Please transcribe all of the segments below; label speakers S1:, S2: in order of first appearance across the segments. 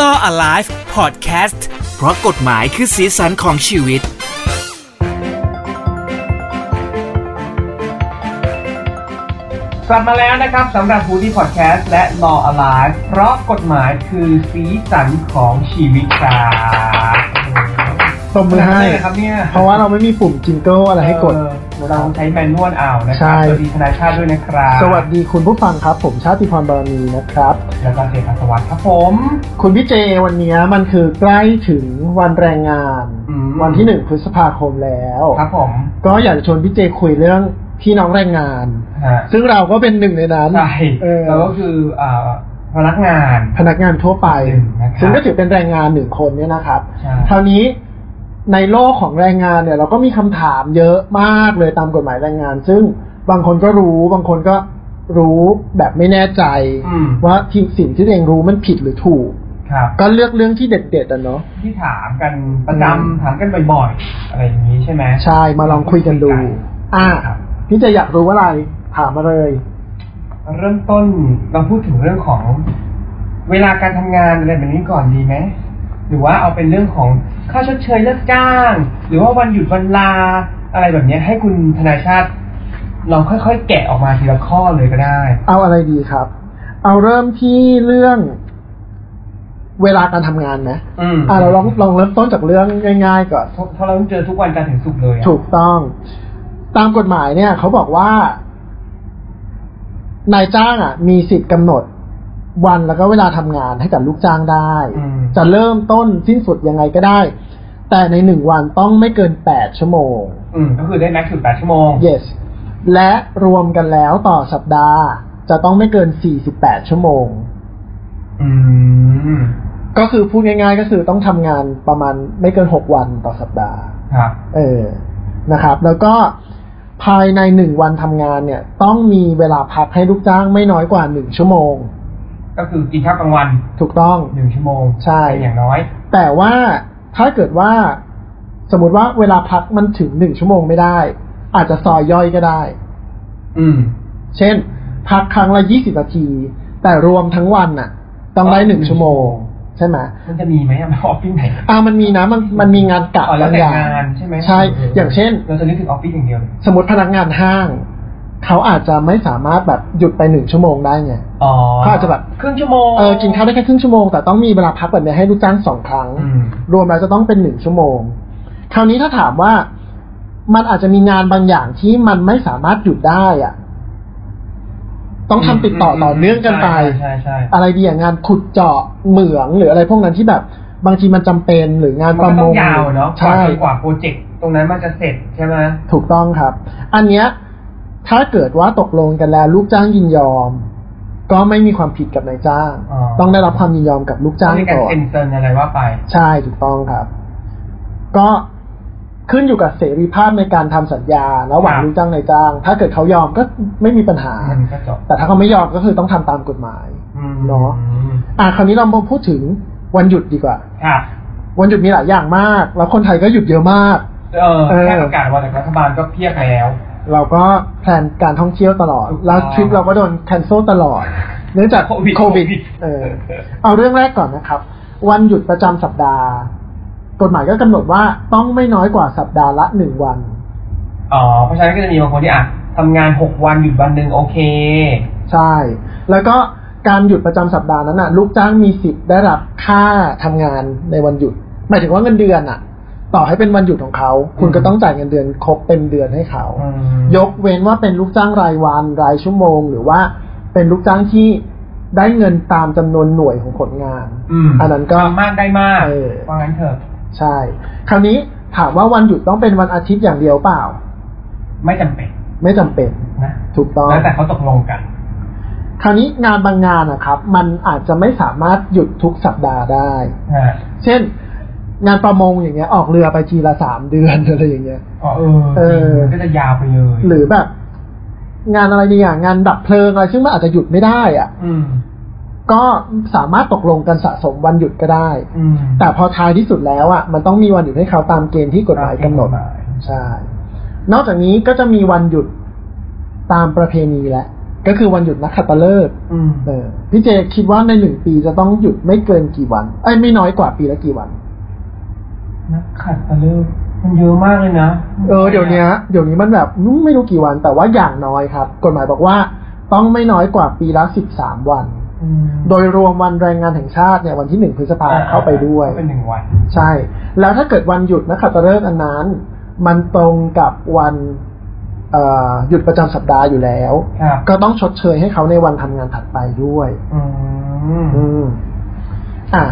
S1: Law Alive Podcast เพราะกฎหมายคือสีสันของชีวิต
S2: กลับมาแล้วนะครับสำหรับ Foodie Podcast และ Law Alive เพราะกฎหมายคือสีสันของชีวิตครับ
S3: ตบมือให้
S2: ขนาดนั้นเลยครับเนี่ย
S3: เพราะว่าเราไม่มีปุ่มจิงเกิลอะไรให้กด
S2: เออเราใช้แมนนวลเอานะค
S3: ใช่
S2: รัสวัสดีทนายชาติด้วยนะครับ
S3: สวัสดีคุณผู้ฟังครับ ผมชาติพรบารมีนะครับ
S2: แล้วก็เสียงอัศวัตครับผม
S3: คุณพี่เจวันนี้มันคือใกล้ถึงวันแรงงาน
S2: อืม
S3: วันที่หนึ่งพฤษภาคมแล้ว
S2: ครับผม
S3: ก็อยากจะชวนพี่เจคุยเรื่องพี่น้องแรงงาน
S2: ฮะ
S3: ซึ่งเราก็เป็นหนึ่งในนั้น
S2: ใช่
S3: เออ
S2: เราก็คืออ่าพนักงาน
S3: พนักงานทั่วไป
S2: หนึ่งนะครับ
S3: ซึ่งก็ถือเป็นแรงงานหนึ่งคนเนี่ยนะครับ
S2: ใช่
S3: คราวนี้ในโลกของแรงงานเนี่ย เราก็มีคำถามเยอะมากเลยตามกฎหมายแรงงาน ซึ่งบางคนก็รู้บางคนก็รู้แบบไม่แน่ใจ
S2: อืม
S3: ว่าที่สิ่งที่ตัวเองรู้มันผิดหรือถูก
S2: ครับ
S3: ก็เลือกเรื่องที่เด็ดๆอ่ะเนาะ
S2: ที่ถามกันประจำถามกันบ่อยๆอะไรอย่างนี้ใช่ไหม
S3: ใช่มาลองคุยกันดู อ่ะ
S2: ครับ
S3: พี่จะอยากรู้อะไรถามมาเลย
S2: เริ่มต้นเราพูดถึงเรื่องของเวลาการทำงานอะไรแบบนี้ก่อนดีไหมหรือว่าเอาเป็นเรื่องของค่าชดเชยเลิกจ้าง หรือว่าวันหยุดวันลาอะไรแบบเนี้ยให้คุณธนาชาติลองค่อยๆ แกะออกมาทีละข้อเลยก็ได้
S3: เอาอะไรดีครับ เอาเริ่มที่เรื่องเวลาการทำงานไหม
S2: อืม
S3: อ่ะเราลองลองเริ่มต้นจากเรื่องง่าย ๆ ก่อน
S2: เพราะเราต้องเจอทุกวันจันทร์ถึงศุกร์เลยอะ
S3: ถูกต้องตามกฎหมายเนี่ย เขาบอกว่า นายจ้างอ่ะ มีสิทธิ์กำหนดวันแล้วก็เวลาทำงานให้กับลูกจ้างได้
S2: อืม
S3: จะเริ่มต้นสิ้นสุดยังไงก็ได้ แต่ในหนึ่งวันต้องไม่เกินแปดชั่วโมง
S2: อืมก็คือได้แม็กซ์ถึงแปดชั่วโมง
S3: yes และรวมกันแล้วต่อสัปดาห์ จะต้องไม่เกินสี่สิบแปดชั่วโมง
S2: อืม
S3: ก็คือพูดง่าย ๆ ก็คือต้องทำงานประมาณไม่เกินหกวันต่อสัปดาห์
S2: ครับ
S3: เออ นะครับ แล้วก็ภายในหนึ่งวันทำงานเนี่ย ต้องมีเวลาพักให้ลูกจ้างไม่น้อยกว่าหนึ่งชั่วโมง
S2: ก็คือกินข้าวกลางวัน
S3: ถูกต้อง
S2: หนึ่งชั่วโมง
S3: ใช่
S2: เป็นอย่างน้อย
S3: แต่ว่าถ้าเกิดว่า สมมติว่าเวลาพักมันถึงหนึ่งชั่วโมงไม่ได้ อาจจะซอยย่อยก็ได้
S2: อืม
S3: เช่น พักครั้งละยี่สิบนาที แต่รวมทั้งวันน่ะ ต้องได้หนึ่งชั่วโมง ใช่ไหม
S2: มันจะมีไหมอะ ออฟฟิศไหน
S3: อ่ามันมีนะมันมันมีงานกะ
S2: อ๋อแล้ว
S3: บาง
S2: แต่
S3: อย่าง
S2: านใช่ไหม
S3: ใช่ อย่างเช่น
S2: เราจะนึกถึงออฟฟิศอย่างเดียวเลย
S3: สมมติพนักงานห้าง เขาอาจจะไม่สามารถแบบหยุดไปหนึ่งชั่วโมงได้ไง
S2: อ๋อ
S3: เขาอาจจะแบบ
S2: ครึ่งชั่วโมง
S3: เออกินข้าวได้แค่ครึ่งชั่วโมงแต่ต้องมีเวลาพักแบบนี้ให้ลูกจ้างสองครั้ง
S2: อืม
S3: รวมแล้วจะต้องเป็นหนึ่งชั่วโมง คราวนี้ถ้าถามว่ามันอาจจะมีงานบางอย่างที่มันไม่สามารถหยุดได้อะต้องทำติดต่อต่อเนื่องกันไป
S2: ใช่ใช่ใช่
S3: อะไรดีอย่างงานขุดเจาะเหมืองหรืออะไรพวกนั้นที่แบบ บางทีมันจำเป็นหรืองาน
S2: มัน
S3: ประ
S2: ก็
S3: ม
S2: ต้อง งยาวเนาะกว่า
S3: ใช่
S2: จนกว่าโปรเจกต์ตรงนั้นมันจะเสร็จใช่ไหม
S3: ถูกต้องครับ อันเนี้ยถ้าเกิดว่าตกลงกันแล้วลูกจ้างยินยอม ก็ไม่มีความผิดกับนายจ้าง ต้องได้รับความยินยอมกับลูกจ้าง
S2: มีการ
S3: ก่อน
S2: เซ็นเซอร์อะไรว่าไป
S3: ใช่ถูกต้องครับ ก็ขึ้นอยู่กับเสรีภาพในการทำสัญญาระหว่า
S2: ค
S3: ง
S2: รับ
S3: ลูกจ้างนายจ้าง ถ้าเกิดเขายอมก็ไม่มีปัญหา
S2: มันก็จบ
S3: แต่ถ้าเขาไม่ยอมก็คือต้องทำตามกฎหมาย
S2: อืม
S3: เนอะ อ่ะคราวนี้เรามาพูดถึงวันหยุดดีกว่า
S2: ครับ
S3: วันหยุดมีหลายอย่างมาก แล้วคนไทยก็หยุดเยอะมาก
S2: เออ
S3: เออ
S2: แค่ประกาศวันจากรัฐบาลก็เพียบแล้ว
S3: เราก็แพลนการท่องเที่ยวตลอด
S2: ถูกต้อง
S3: แล้วทริปเราก็โดนแคนเซิลตลอด เนื่องจาก
S2: โควิด
S3: โควิด
S2: โควิด
S3: เออ เอาเรื่องแรกก่อนนะครับ วันหยุดประจำสัปดาห์ กฎหมายก็กำหนดว่าต้องไม่น้อยกว่าสัปดาห์ละหนึ่งวัน
S2: อ๋อเพราะฉะนั้นก็จะมีบางคนที่อ่ะทำงานหกวันหยุดวันหนึ่งโอเค
S3: ใช่ แล้วก็การหยุดประจำสัปดาห์นั้นน่ะ ลูกจ้างมีสิทธิ์ได้รับค่าทำงานในวันหยุด หมายถึงว่าเงินเดือนอ่ะ ต่อให้เป็นวันหยุดของเขา คุณ
S2: อืม
S3: ก็ต้องจ่ายเงินเดือนครบเต็มเดือนให้เขา
S2: อืม
S3: ยกเว้นว่าเป็นลูกจ้างรายวันรายชั่วโมง หรือว่าเป็นลูกจ้างที่ได้เงินตามจำนวนหน่วยของผลงาน
S2: อืม
S3: อันนั้นก็
S2: ทำมากได้มาก
S3: เออ
S2: ว่างั้นเถอะ
S3: ใช่ คราวนี้ถามว่าวันหยุดต้องเป็นวันอาทิตย์อย่างเดียวเปล่า
S2: ไม่จำเป็น
S3: ไม่จำเป็น
S2: นะ
S3: ถูกต้อง
S2: แล้วแต่เขาตกลงกัน
S3: คราวนี้งานบางงานนะครับ มันอาจจะไม่สามารถหยุดทุกสัปดาห์ได้ เช่น งานประมงอย่างเงี้ย ออกเรือไปทีละสามเดือน อะไรอย่างเงี้ย
S2: อ๋อเออ
S3: เออ
S2: มันก็จะยาวไปเลย
S3: หรือแบบ งานอะไรดีอย่างงานดับเพลิงอะไรซึ่งมันอาจจะหยุดไม่ได้อ่ะ
S2: อืม
S3: ก็สามารถตกลงกันสะสมวันหยุดก็ได้
S2: อืม
S3: แต่พอท้ายที่สุดแล้วอ่ะมันต้องมีวันหยุดให้เขาตามเกณฑ์ที่กฎหมายกำหนดใช่ นอกจากนี้ก็จะมีวันหยุดตามประเพณีและ ก็คือวันหยุดนักขัตฤกษ์
S2: อืม
S3: เออพี่เจคิดว่าในหนึ่งปีจะต้องหยุดไม่เกินกี่วันไอ้ยไม่น้อยกว่าปีละกี่วัน
S2: นักขัดตะเลิกมันเยอะมากเลยนะ
S3: เออเดี๋ยวเนี้ยเดี๋ยวนี้มันแบบไม่รู้กี่วันแต่ว่าอย่างน้อยครับ กฎหมายบอกว่าต้องไม่น้อยกว่าปีละสิบสามวัน
S2: อืม
S3: โดยรวมวันแรงงานแห่งชาติเนี่ยวันที่หนึ่งพฤษภาเข้าไปด้วย
S2: เป็นหนึ่งวัน
S3: ใช่ แล้วถ้าเกิดวันหยุดนะครับตะเลิกษ์อันนั้น มันตรงกับวันเอ่อหยุดประจำสัปดาห์อยู่แล้ว
S2: ครับ
S3: ก็ต้องชดเชยให้เขาในวันทำงานถัดไปด้วย
S2: อืม
S3: อืม อ่ะ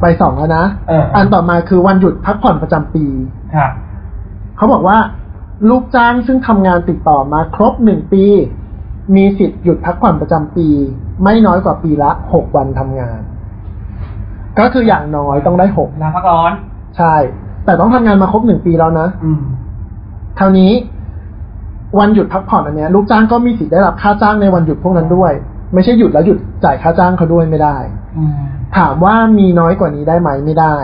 S3: ไปสองแล้วนะ
S2: เออ
S3: นต่อมาคือวันหยุดพักผ่อนประจำปี
S2: ครับ
S3: เขาบอกว่า ลูกจ้างซึ่งทำงานติดต่อมาครบหนึ่งปี มีสิทธิ์หยุดพักผ่อนประจำปี ไม่น้อยกว่าปีละหกวันทำงาน ก็คืออย่างน้อยต้องได้หก
S2: ลาพักร้อน
S3: ใช่ แต่ต้องทำงานมาครบหนึ่งปีแล้วนะ
S2: อืม
S3: คราวนี้ วันหยุดพักผ่อนอันเนี้ย ลูกจ้างก็มีสิทธิ์ได้รับค่าจ้างในวันหยุดพวกนั้นด้วย ไม่ใช่หยุดแล้วหยุดจ่ายค่าจ้างเขาด้วยไม่ได้
S2: อืม
S3: ถามว่ามีน้อยกว่านี้ได้ไหมไม่ได้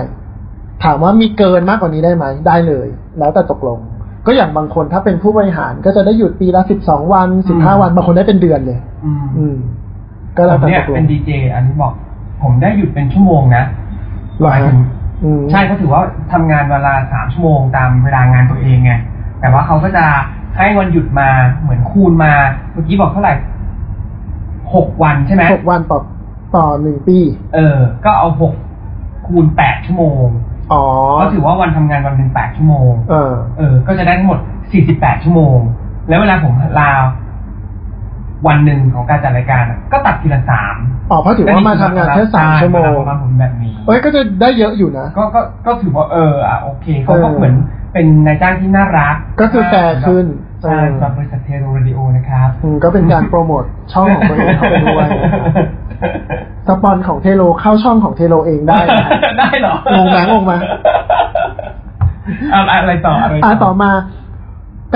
S3: ถามว่ามีเกินมากกว่านี้ได้ไหมได้เลย แล้วแต่ตกลง ก็อย่างบางคนถ้าเป็นผู้บริหารก็จะได้หยุดปีละสิบสองวันสิบห้าวันบางคนได้เป็นเดือนเลย
S2: อืม
S3: อืม ก็
S2: ผ
S3: แล้ว
S2: ม
S3: แต่
S2: เนี่ย
S3: ตกล
S2: เป็
S3: ง
S2: นดีเจอันนี้บอก ผมได้หยุดเป็นชั่วโมงนะ
S3: เหร
S2: ห
S3: อ
S2: มายถึ
S3: ฮะ
S2: ง
S3: อืม
S2: ใช่เขาถือว่าทำงานเวลาสามชั่วโมงตามเวลางานตัวเองไงแต่ว่าเขาก็จะให้วันหยุดมาเหมือนคูณมาเมื่อกี้บอกเท่าไหร่หกวันใช่ไหม
S3: หกวันต่อต่อหนึ่งปี
S2: เออ ก็เอาหกคูณแปดชั่วโมง
S3: อ๋อ
S2: เขาถือว่าวันทำงานวันหนึ่งแปดชั่วโมง
S3: เออ
S2: เออ ก็จะได้ทั้งหมด 48 ชั่วโมง แล้วเวลาผมลาวันหนึ่งของการจัดรายการอะก็ตัดทีละสาม
S3: อ๋อเพราะถือว่ามาทำงานแค่สามชั่วโมง
S2: มาผมแบบนี้
S3: เอ้ยก็จะได้เยอะอยู่นะ
S2: ก็ ก็ ก็ถือว่า เอออ่ะโอเค เขาก็
S3: เออ
S2: เหมือนเป็นนายจ้างที่น่ารัก
S3: ก็คือแฟร์ขึ้น
S2: ใช่
S3: เออ
S2: สำหรับบริษัทเทโรเรดิโอนะครับ
S3: อืมก็เป็นการโปรโมทช่องของตัวเองเขาไปด้วย นะครับสปอนของเทโลเข้าช่องของเทโลเองได้นะ
S2: ได้เหรอง
S3: งไหมงงไหม
S2: เอาอะไรต่ออะไร
S3: อ่าต่อมา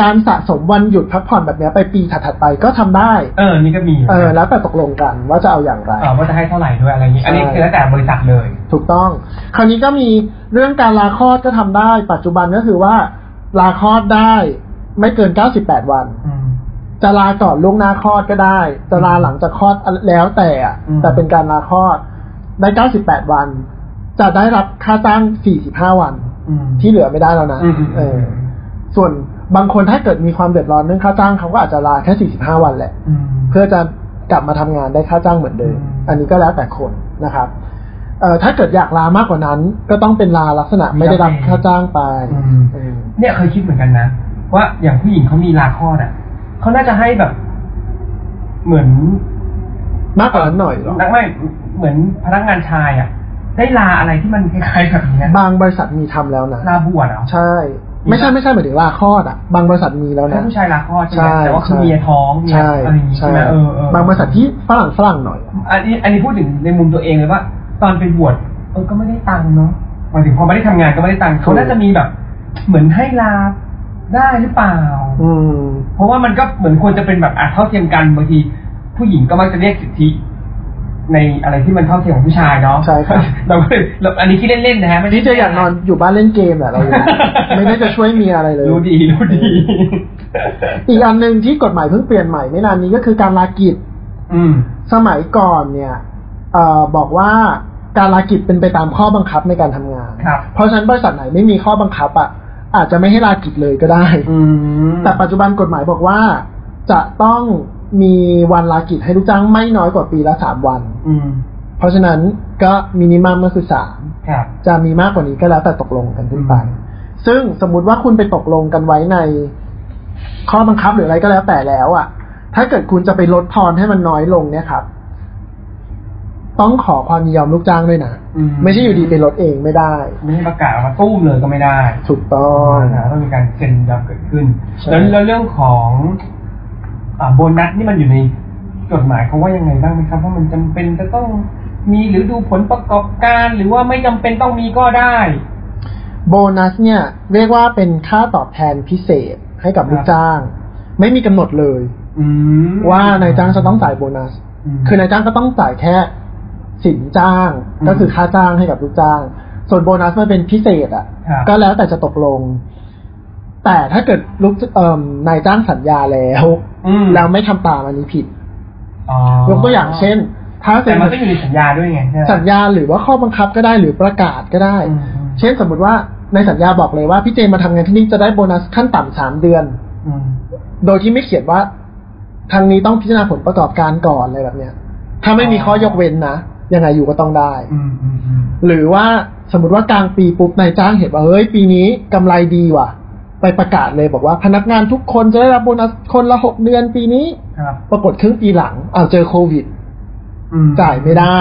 S3: การสะสมวันหยุดพักผ่อนแบบเนี้ยไปปีถัดๆไปก็ทำได้
S2: เออ นี่ก็มี
S3: เออ แล้วแต่ตกลงกันว่าจะเอาอย่างไร
S2: เอ่อว่าจะให้เท่าไหร่ด้วยอะไรอย่างนี้ อันนี้
S3: ใช่
S2: คือแล้วแต่บริษัทเลย
S3: ถูกต้อง คราวนี้ก็มีเรื่องการลาคลอดก็ทำได้ ปัจจุบันก็คือว่า ลาคลอดได้ไม่เกิน98วัน
S2: อืม
S3: จะลาก่อนล่วงหน้าคลอดก็ได้ จะลาหลังจากคลอดแล้วแต่อะ
S2: อืม
S3: แต่เป็นการลาคลอดได้ 98 วัน จะได้รับค่าจ้าง 45 วัน
S2: อืม
S3: ที่เหลือไม่ได้แล้วนะ
S2: อืมอืม
S3: เออ ส่วนบางคนถ้าเกิดมีความเดือดร้อนเรื่องค่าจ้างเขาก็อาจจะลาแค่ 45 วันแหละ
S2: ืม
S3: เพื่อจะกลับมาทำงานได้ค่าจ้างเหมือนเดิม
S2: อืม
S3: อันนี้ก็แล้วแต่คนนะครับ เอ่อถ้าเกิดอยากลามากกว่านั้น ก็ต้องเป็นลาลักษณะไม่ได้รับค่าจ้างไป
S2: ม
S3: เออ
S2: เนี่ยเคยคิดเหมือนกันนะ ว่าอย่างผู้หญิงเขามีลาคลอดอ่ะเขาน่าจะให้แบบ เหมือน
S3: มากกว่านั้นหน่อยเหรอ
S2: นักไม่เหมือนพนักงานชายอ่ะ ได้ลาอะไรที่มันคล้ายๆแบบเนี้ย
S3: บางบริษัทมีทำแล้วนะ
S2: ลาบวชเหรอ
S3: ใช่ ไม่ใช่ไม่ใช่หมายถึงลาคลอดอ่ะ บางบริษัทมีแล้ว
S2: ให้
S3: นะ
S2: ผู้ชายลาคลอดใช่ไหม
S3: ใช่
S2: แต่ว่าคือ
S3: ใช่
S2: เมียท้องเมีย
S3: ใช่
S2: อะไรอย่างงี้ใช่ไหมเออเออ
S3: บางบริษัทที่ฝรั่งฝรั่งหน่อยอะ
S2: อันนี้อันนี้พูดถึงในมุมตัวเองเลยว่า ตอนไปบวชเออก็ไม่ได้ตังค์เนาะหมายถึงพอไม่ได้ทำงานก็ไม่ได้ตังค์เขาน่าจะมีแบบ เหมือนให้ลาได้หรือเปล่า
S3: อืม
S2: เพราะว่ามันก็เหมือนควรจะเป็นแบบอ่ะเท่าเทียมกันบางที ผู้หญิงก็มักจะเรียกสิทธิ ในอะไรที่มันเท่าเทียมของผู้ชายเนาะ
S3: ใช่ครับ
S2: เราก็เลยเราอันนี้คิดเล่นๆนะฮะไม่ได้
S3: นี่จะอยากนอนอยู่บ้านเล่นเกมแหละเรา อยู่ ไม่ได้จะช่วยเมียอะไรเลย
S2: รู้ดีรู้ดี
S3: อีกอันหนึ่งที่กฎหมายเพิ่งเปลี่ยนใหม่ไม่นานนี้ก็คือการลากิจ
S2: อืม
S3: สมัยก่อนเนี่ยเอ่อบอกว่าการลากิจเป็นไปตามข้อบังคับในการทำงาน
S2: ครับ
S3: เพราะฉะนั้นบริษัทไหนไม่มีข้อบังคับอ่ะอาจจะไม่ให้ลากิจเลยก็ได้
S2: อืม
S3: แต่ปัจจุบันกฎหมายบอกว่า จะต้องมีวันลากิจให้ลูกจ้างไม่น้อยกว่าปีละสามวัน
S2: อืม
S3: เพราะฉะนั้นก็มินิมัมก็คือสาม
S2: ครับ
S3: จะมีมากกว่านี้ก็แล้วแต่ตกลงกันขึ้นไป
S2: อืม
S3: ซึ่งสมมุติว่าคุณไปตกลงกันไว้ในข้อบังคับหรืออะไรก็แล้วแต่แล้วอะ่ะ ถ้าเกิดคุณจะไปลดทอนให้มันน้อยลงเนี่ยครับ ต้องขอความยินยอมลูกจ้างด้วยนะ
S2: อืม
S3: ไม่ใช่อยู่ดีไปลดเองไม่ได้
S2: ไม่ให้ประกาศออกมาตู้มเลยก็ไม่ได้
S3: ถูกต้อง
S2: นะต้องมีการเซ็นรับเกิดขึ้น
S3: ใช่
S2: แล้วแล้วเรื่องของอาโบนัสนี่มันอยู่ในกฎหมายเขาว่ายังไงบ้างไหมครับว่ามันจำเป็นจะต้องมีหรือดูผลประกอบการหรือว่าไม่จำเป็นต้องมีก็ได้
S3: โบนัสเนี่ย เรียกว่าเป็นค่าตอบแทนพิเศษให้กับลูกจ้าง ไม่มีกำหนดเลย
S2: อืม
S3: ว่านายจ้างจะต้องจ่ายโบนัส
S2: ม
S3: คือนายจ้างก็ต้องจ่ายแค่สินจ้าง
S2: อืม
S3: ก็คือค่าจ้างให้กับลูกจ้าง ส่วนโบนัสมันเป็นพิเศษอ่ะ
S2: ครับ
S3: ก็แล้วแต่จะตกลง แต่ถ้าเกิดลูกเอ่มนายจ้างสัญญาแล้ว
S2: อืม
S3: แล้วไม่ทำตามอันนี้ผิด
S2: อ๋อย
S3: กตัวอย่างเช่น ถ้าเซ็
S2: แต่
S3: น
S2: มันก็อยู่ในสัญญาด้วยไงใช่ไหม
S3: สัญญาหรือว่าข้อบังคับก็ได้หรือประกาศก็ได้
S2: อืม
S3: เช่นสมมุติว่าในสัญญาบอกเลยว่าพี่เจมาทำงานที่นี่จะได้โบนัสขั้นต่ำสามเดือน
S2: อืม
S3: โดยที่ไม่เขียนว่า ทางนี้ต้องพิจารณาผลประกอบการก่อนอะไรแบบเนี้ย ถ้าไม่มีข้อยกเว้นนะยังไงอยู่ก็ต้องได้
S2: อืมอืมอืม
S3: หรือว่าสมมติว่ากลางปีปุ๊บนายจ้างเห็นว่าเฮ้ยปีนี้กำไรดีว่ะ ไปประกาศเลยบอกว่าพนักงานทุกคนจะได้รับโบนัสคนละหกเดือนปีนี้
S2: ครับ
S3: ปรากฏครึ่งปีหลังเอาวเจอโควิด
S2: อืม
S3: จ่ายไม่ได้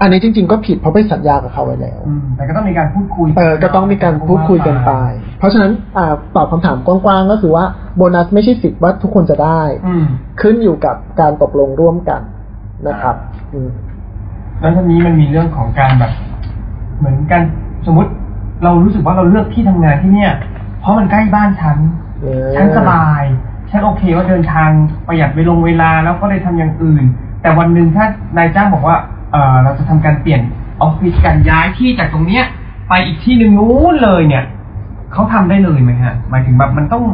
S3: อันนี้จริง ๆ ก็ผิดเพราะไปสัญญากับเขาไว้แล้ว
S2: อืมแต่ก็ต้องมีการพูดคุย
S3: เออก็ต้องมีการพูดคุยกันไป เพราะฉะนั้นอ่าตอบคำถามกว้างๆก็คือว่าโบนัสไม่ใช่สิทธิ์ว่าทุกคนจะได้
S2: อืม
S3: ขึ้นอยู่กับการตกลงร่วมกันนะครับอืม
S2: แล้วทีนี้มันมีเรื่องของการแบบ เหมือนกันสมมติเรารู้สึกว่าเราเลือกที่ทำงานที่เนี่ย เพราะมันใกล้บ้านฉัน
S3: เออ
S2: ฉันสบาย ฉันโอเคว่าเดินทางประหยัดเวลงเวลาแล้วก็เลยทำอย่างอื่น แต่วันหนึ่งถ้านายจ้างบอกว่า เออเราจะทำการเปลี่ยนออฟฟิศกันย้ายที่จากตรงเนี้ย ไปอีกที่หนึ่งนู้นเลยเนี่ย เขาทำได้เลยไหมฮะ หมายถึงแบบมันต้อง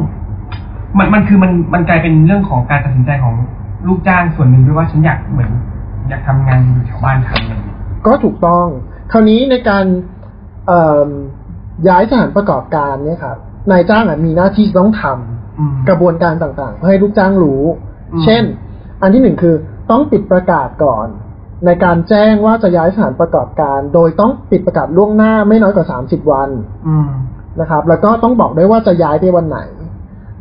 S2: มันมันคือมันมันกลายเป็นเรื่องของการตัดสินใจของลูกจ้างส่วนหนึ่งด้วยว่าฉันอยากเหมือน อยากทำงานอยู่แถวบ้านทันเลย
S3: ก็ถูกต้อง คราวนี้ในการเอิ่มย้ายสถานประกอบการเนี่ยครับนายจ้างอะมีหน้าที่ต้องทำ
S2: อืม
S3: กระบวนการต่างๆเพื่อให้ลูกจ้างรู้
S2: อืม
S3: เช่น อันที่หนึ่งคือต้องปิดประกาศก่อน ในการแจ้งว่าจะย้ายสถานประกอบการ โดยต้องปิดประกาศล่วงหน้าไม่น้อยกว่า 30 วัน
S2: อืม
S3: นะครับแล้วก็ต้องบอกด้วยว่าจะย้ายไปวันไหน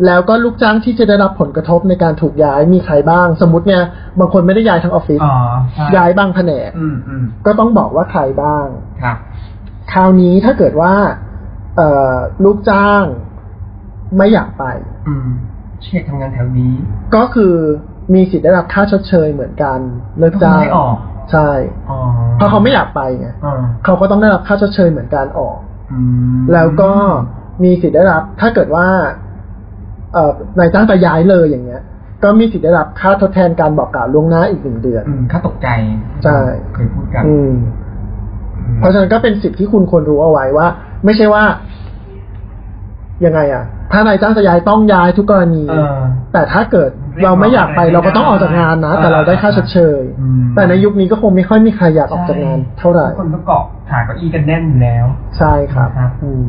S3: แล้วก็ลูกจ้างที่จะได้รับผลกระทบในการถูกย้ายมีใครบ้าง สมมติเนี่ยบางคนไม่ได้ย้ายทั้งออฟฟิศ
S2: อ๋อใช่
S3: ย้ายบางแผนก
S2: อืมอืม
S3: ก็ต้องบอกว่าใครบ้าง
S2: ครับ
S3: คราวนี้ถ้าเกิดว่าเอ่อลูกจ้างไม่อยากไป
S2: อืมเชียร์ทำงานแถวนี้
S3: ก็คือมีสิทธิ์ได้รับค่าชดเชยเหมือนกันเลิก
S2: ก็
S3: จ้าง
S2: คือไม่ออก
S3: ใช่
S2: อ๋อ
S3: เพราะเขาไม่อยากไปไง
S2: อ่า
S3: เขาก็ต้องได้รับค่าชดเชยเหมือนการออก
S2: อืม
S3: แล้วก็มีสิทธิ์ได้รับ ถ้าเกิดว่า เอ่อนายจ้างจะย้ายเลยอย่างเงี้ย ก็มีสิทธิ์ได้รับค่าทดแทนการบอกกล่าวล่วงหน้าอีกหนึ่งเดือน
S2: อืมค่าตกใจ
S3: ใช่
S2: เคยพูดกัน
S3: อืม
S2: อืม
S3: เพราะฉะนั้นก็เป็นสิทธิ์ที่คุณควรรู้เอาไว้ว่า ไม่ใช่ว่า ยังไงอ่ะ ถ้านายจ้างจะย้ายต้องย้ายทุกกรณี
S2: เออ
S3: แต่ถ้าเกิดเราไม่อยากไปเราก็ต้องออกจากงานนะ แต่เราได้ค่าชดเชย
S2: อืม
S3: แต่ในยุคนี้ก็คงไม่ค่อยมีใครอยากออกจากงาน เท่าไหร่
S2: ทุกคนก็เกาะขาเก้าอี้กันแน่นอยู่แล้ว
S3: ใช่ครับ
S2: ครับ
S3: อืม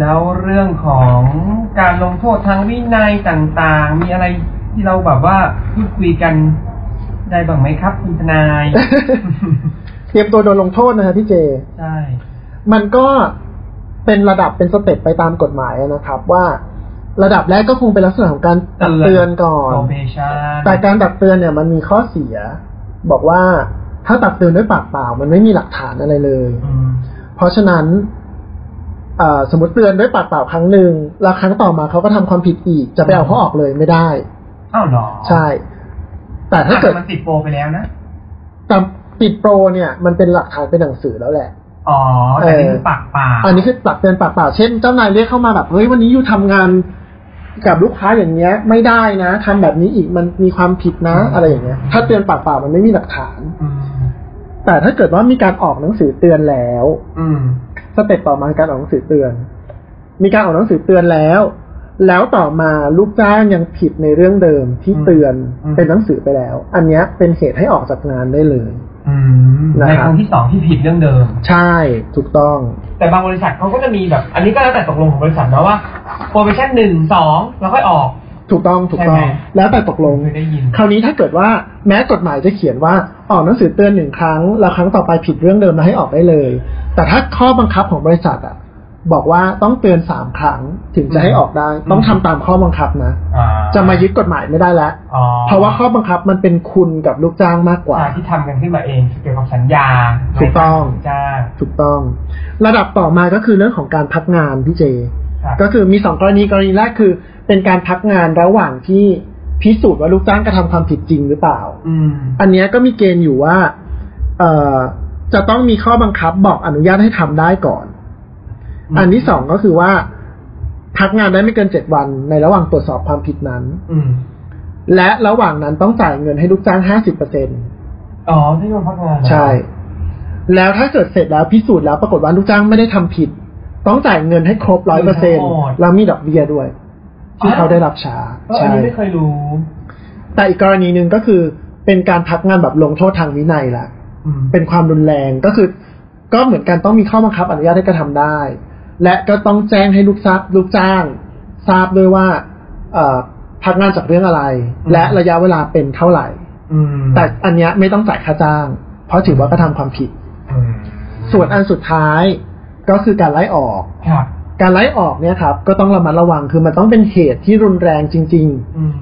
S2: แล้วเรื่องของการลงโทษทางวินัยต่างๆ มีอะไรที่เราแบบว่าพูดคุยกันได้บ้างไหมครับ คุณทนาย
S3: เตรียมตัวโดนลงโทษนะฮะพี่เจ
S2: ใช่
S3: มันก็เป็นระดับเป็นสเต็ปไปตามกฎหมายนะครับ ว่าระดับแรกก็คงเป็นลักษณะของการตักเตือนก่อน
S2: probation
S3: แต่การตักเตือนเนี่ยมันมีข้อเสีย บอกว่าถ้าตักเตือนด้วยปากเปล่า มันไม่มีหลักฐานอะไรเลย
S2: อืม
S3: เพราะฉะนั้นเอ่อสมมติเตือนด้วยปากเปล่าครั้งหนึ่งแล้วครั้งต่อมาเขาก็ทำความผิดอีก จะไปเอาเขาออกเลยไม่ได้
S2: อ้าวเหรอ
S3: ใช่ แต่ถ้าเกิด
S2: อ่ะมันติดโปรไปแล้วนะ
S3: แต่ติดโปรเนี่ย มันเป็นหลักฐานเป็นหนังสือแล้วแหละ
S2: อ๋อ แต่นี่คือปากเปล่า
S3: อันนี้คือตักเตือนปากเปล่าเช่นเจ้านายเรียกเข้ามาแบบเฮ้ยวันนี้อยู่ทำงานกับลูกค้าอย่างเงี้ย ไม่ได้นะทำแบบนี้อีกมันมีความผิดนะ
S2: อืม
S3: อะไรอย่างเงี้ย ถ้าเตือนปากเปล่ามันไม่มีหลักฐาน
S2: อืม
S3: แต่ถ้าเกิดว่ามีการออกหนังสือเตือนแล้ว
S2: อืม
S3: สเต็ปต่อมาการออกหนังสือเตือน มีการออกหนังสือเตือนแล้ว แล้วต่อมาลูกจ้างยังผิดในเรื่องเดิมที่เตือน
S2: อืม
S3: เป็นหนังสือไปแล้ว อันเนี้ยเป็นเหตุให้ออกจากงานได้เลย
S2: อืม
S3: นะ
S2: ใน
S3: ครับ
S2: ครั้งที่สองที่ผิดเรื่องเดิม
S3: ใช่ถูกต้อง
S2: แต่บางบริษัทเขาก็จะมีแบบ อันนี้ก็แล้วแต่ตกลงของบริษัทนะว่าโปรโมชั่นหนึ่งสองแล้วค่อยออก
S3: ถูกต้องถูกต้อง
S2: ใช่ไหม
S3: แล้วแต่ตกลง
S2: เคยได้ยิน
S3: คราวนี้ถ้าเกิดว่าแม้กฎหมายจะเขียนว่าออกหนังสือเตือนหนึ่งครั้ง แล้วครั้งต่อไปผิดเรื่องเดิมแล้วให้ออกได้เลย แต่ถ้าข้อบังคับของบริษัทอ่ะ บอกว่าต้องเตือนสามครั้งถึงจะให้ออกได้
S2: อืม
S3: ต้องทำตามข้อบังคับนะ
S2: อ่
S3: จะมายึดกฎหมายไม่ได้แล้ว
S2: อ๋อ
S3: เพราะว่าข้อบังคับมันเป็นคุณกับลูกจ้างมากกว่า
S2: อ่ที่ทำกันขึ้นมาเองเกี่ยวกับสัญญา
S3: ถูกต้อง
S2: จ้าง
S3: ถูกต้อง ระดับต่อมาก็คือเรื่องของการพักงานพี่เจ
S2: ครับ
S3: ก็คือมีสองกรณีกรณีแรกคือ เป็นการพักงานระหว่างที่พิสูจน์ว่าลูกจ้างกระทำความผิดจริงหรือเปล่า
S2: อืม
S3: อันเนี้ยก็มีเกณฑ์อยู่ว่า เอ่อ จะต้องมีข้อบังคับบอกอนุญาตให้ทำได้ก่อน อันที่สองก็คือว่า พักงานได้ไม่เกินเจ็ดวันในระหว่างตรวจสอบความผิดนั้น
S2: อืม
S3: และระหว่างนั้นต้องจ่ายเงินให้ลูกจ้างห้าสิบเปอร์เซ็น
S2: อ๋อที่โดนพักงานเหรอ
S3: ใช่ แล้วถ้าเกิดเสร็จแล้วพิสูจน์แล้วปรากฏว่าลูกจ้างไม่ได้ทำผิด ต้องจ่ายเงินให้ครบร้อยเปอร์เซ็นแล้วมีดอกเบี้ยด้วย ที่เขาได้รับช้า
S2: เอออัน
S3: ใช่
S2: นี้ไม่เคยรู้
S3: แต่อีกกรณีหนึ่งก็คือเป็นการพักงานแบบลงโทษทางวินัยละ
S2: อืม
S3: เป็นความรุนแรงก็คือ ก็เหมือนกันต้องมีข้อบังคับอนุญาตให้กระทำได้ และก็ต้องแจ้งให้ลูกทราบลูกจ้าง ทราบด้วยว่าเอ่อพักงานจากเรื่องอะไร และระยะเวลาเป็นเท่าไหร่
S2: อืม
S3: แต่อันเนี้ยไม่ต้องจ่ายค่าจ้าง เพราะถือว่ากระทำความผิด
S2: อืม
S3: ส่วนอันสุดท้ายก็คือการไล่ออก
S2: ครับ
S3: การไล่ออกเนี่ยครับก็ต้องระมัดระวังคือมันต้องเป็นเหตุที่รุนแรงจริง ๆ
S2: อืม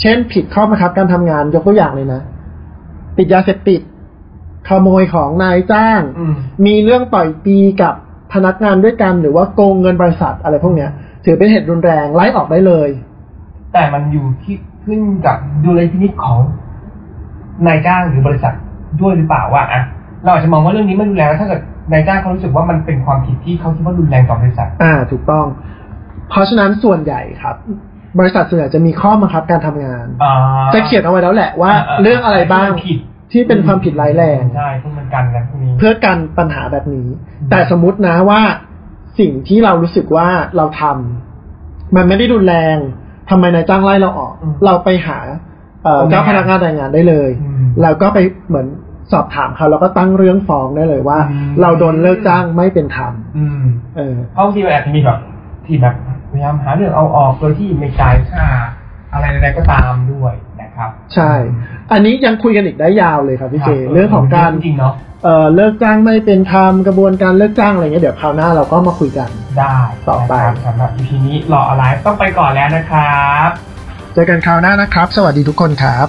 S3: เช่นผิดข้อบังคับการทำงานยกตัวอย่างเลยนะ ติดยาเสพติด ขโมยของนายจ้าง
S2: อืม
S3: มีเรื่องต่อยตีกับพนักงานด้วยกัน หรือว่าโกงเงินบริษัทอะไรพวกเนี้ย ถือเป็นเหตุรุนแรงไล่ออกได้เลย
S2: แต่มันอยู่ที่ขึ้นกับดุลยพินิจของนายจ้างหรือบริษัทด้วยหรือเปล่าว่าอะเราอาจจะมองว่าเรื่องนี้ไม่รุนแรงแล้วถ้าเกิดนายจ้างเขารู้สึกว่ามันเป็นความผิดที่เขาคิดว่ารุนแรงต่อบริษัท
S3: อ่า ถูกต้อง เพราะฉะนั้นส่วนใหญ่ครับ บริษัทส่วนใหญ่จะมีข้อบังคับการทำงาน
S2: อ่า
S3: จะเขียนเอาไว้แล้วแหละว่า เรื่องอะไรบ้าง
S2: ที่มันผิด
S3: ที่เป็นความผิดร้ายแรง
S2: ใช่ที่มันกันกันพวกนี้
S3: เพื่อกันปัญหาแบบนี้
S2: อืม
S3: แต่สมมตินะว่าสิ่งที่เรารู้สึกว่าเราทำมันไม่ได้รุนแรงทำไมนายจ้างไล่เราออก เราไปหาเอ่อเจ้าพนักงานแรงงานได้เลย
S2: อืม
S3: เราก็ไปเหมือนสอบถามเขาแล้วก็ตั้งเรื่องฟ้องได้เลยว่า
S2: อืม
S3: เราโดนเลิกจ้างไม่เป็นธรรม
S2: อืม
S3: เออ
S2: เพราะบางทีมันอาจจะมีแบบที่แบบพยายามหาเรื่องเอาออกโดยที่ไม่จ่ายค่าอะไรใดๆก็ตามด้วยนะครับ
S3: ใช่ อันนี้ยังคุยกันอีกได้ยาวเลยครับพี่เจ
S2: คบ
S3: เรื่องของการ
S2: จริงๆเนาะ
S3: เอ่อเลิกจ้างไม่เป็นธรรมกระบวนการเลิกจ้างอะไรเงี้ยเดี๋ยวคราวหน้าเราก็มาคุยกัน
S2: ได้
S3: ต่อไป
S2: นะครับสำหรับ EP นี้หล่ออะไรต้องไปก่อนแล้วนะครับ
S3: เจอกันคราวหน้านะครับ สวัสดีทุกคนครับ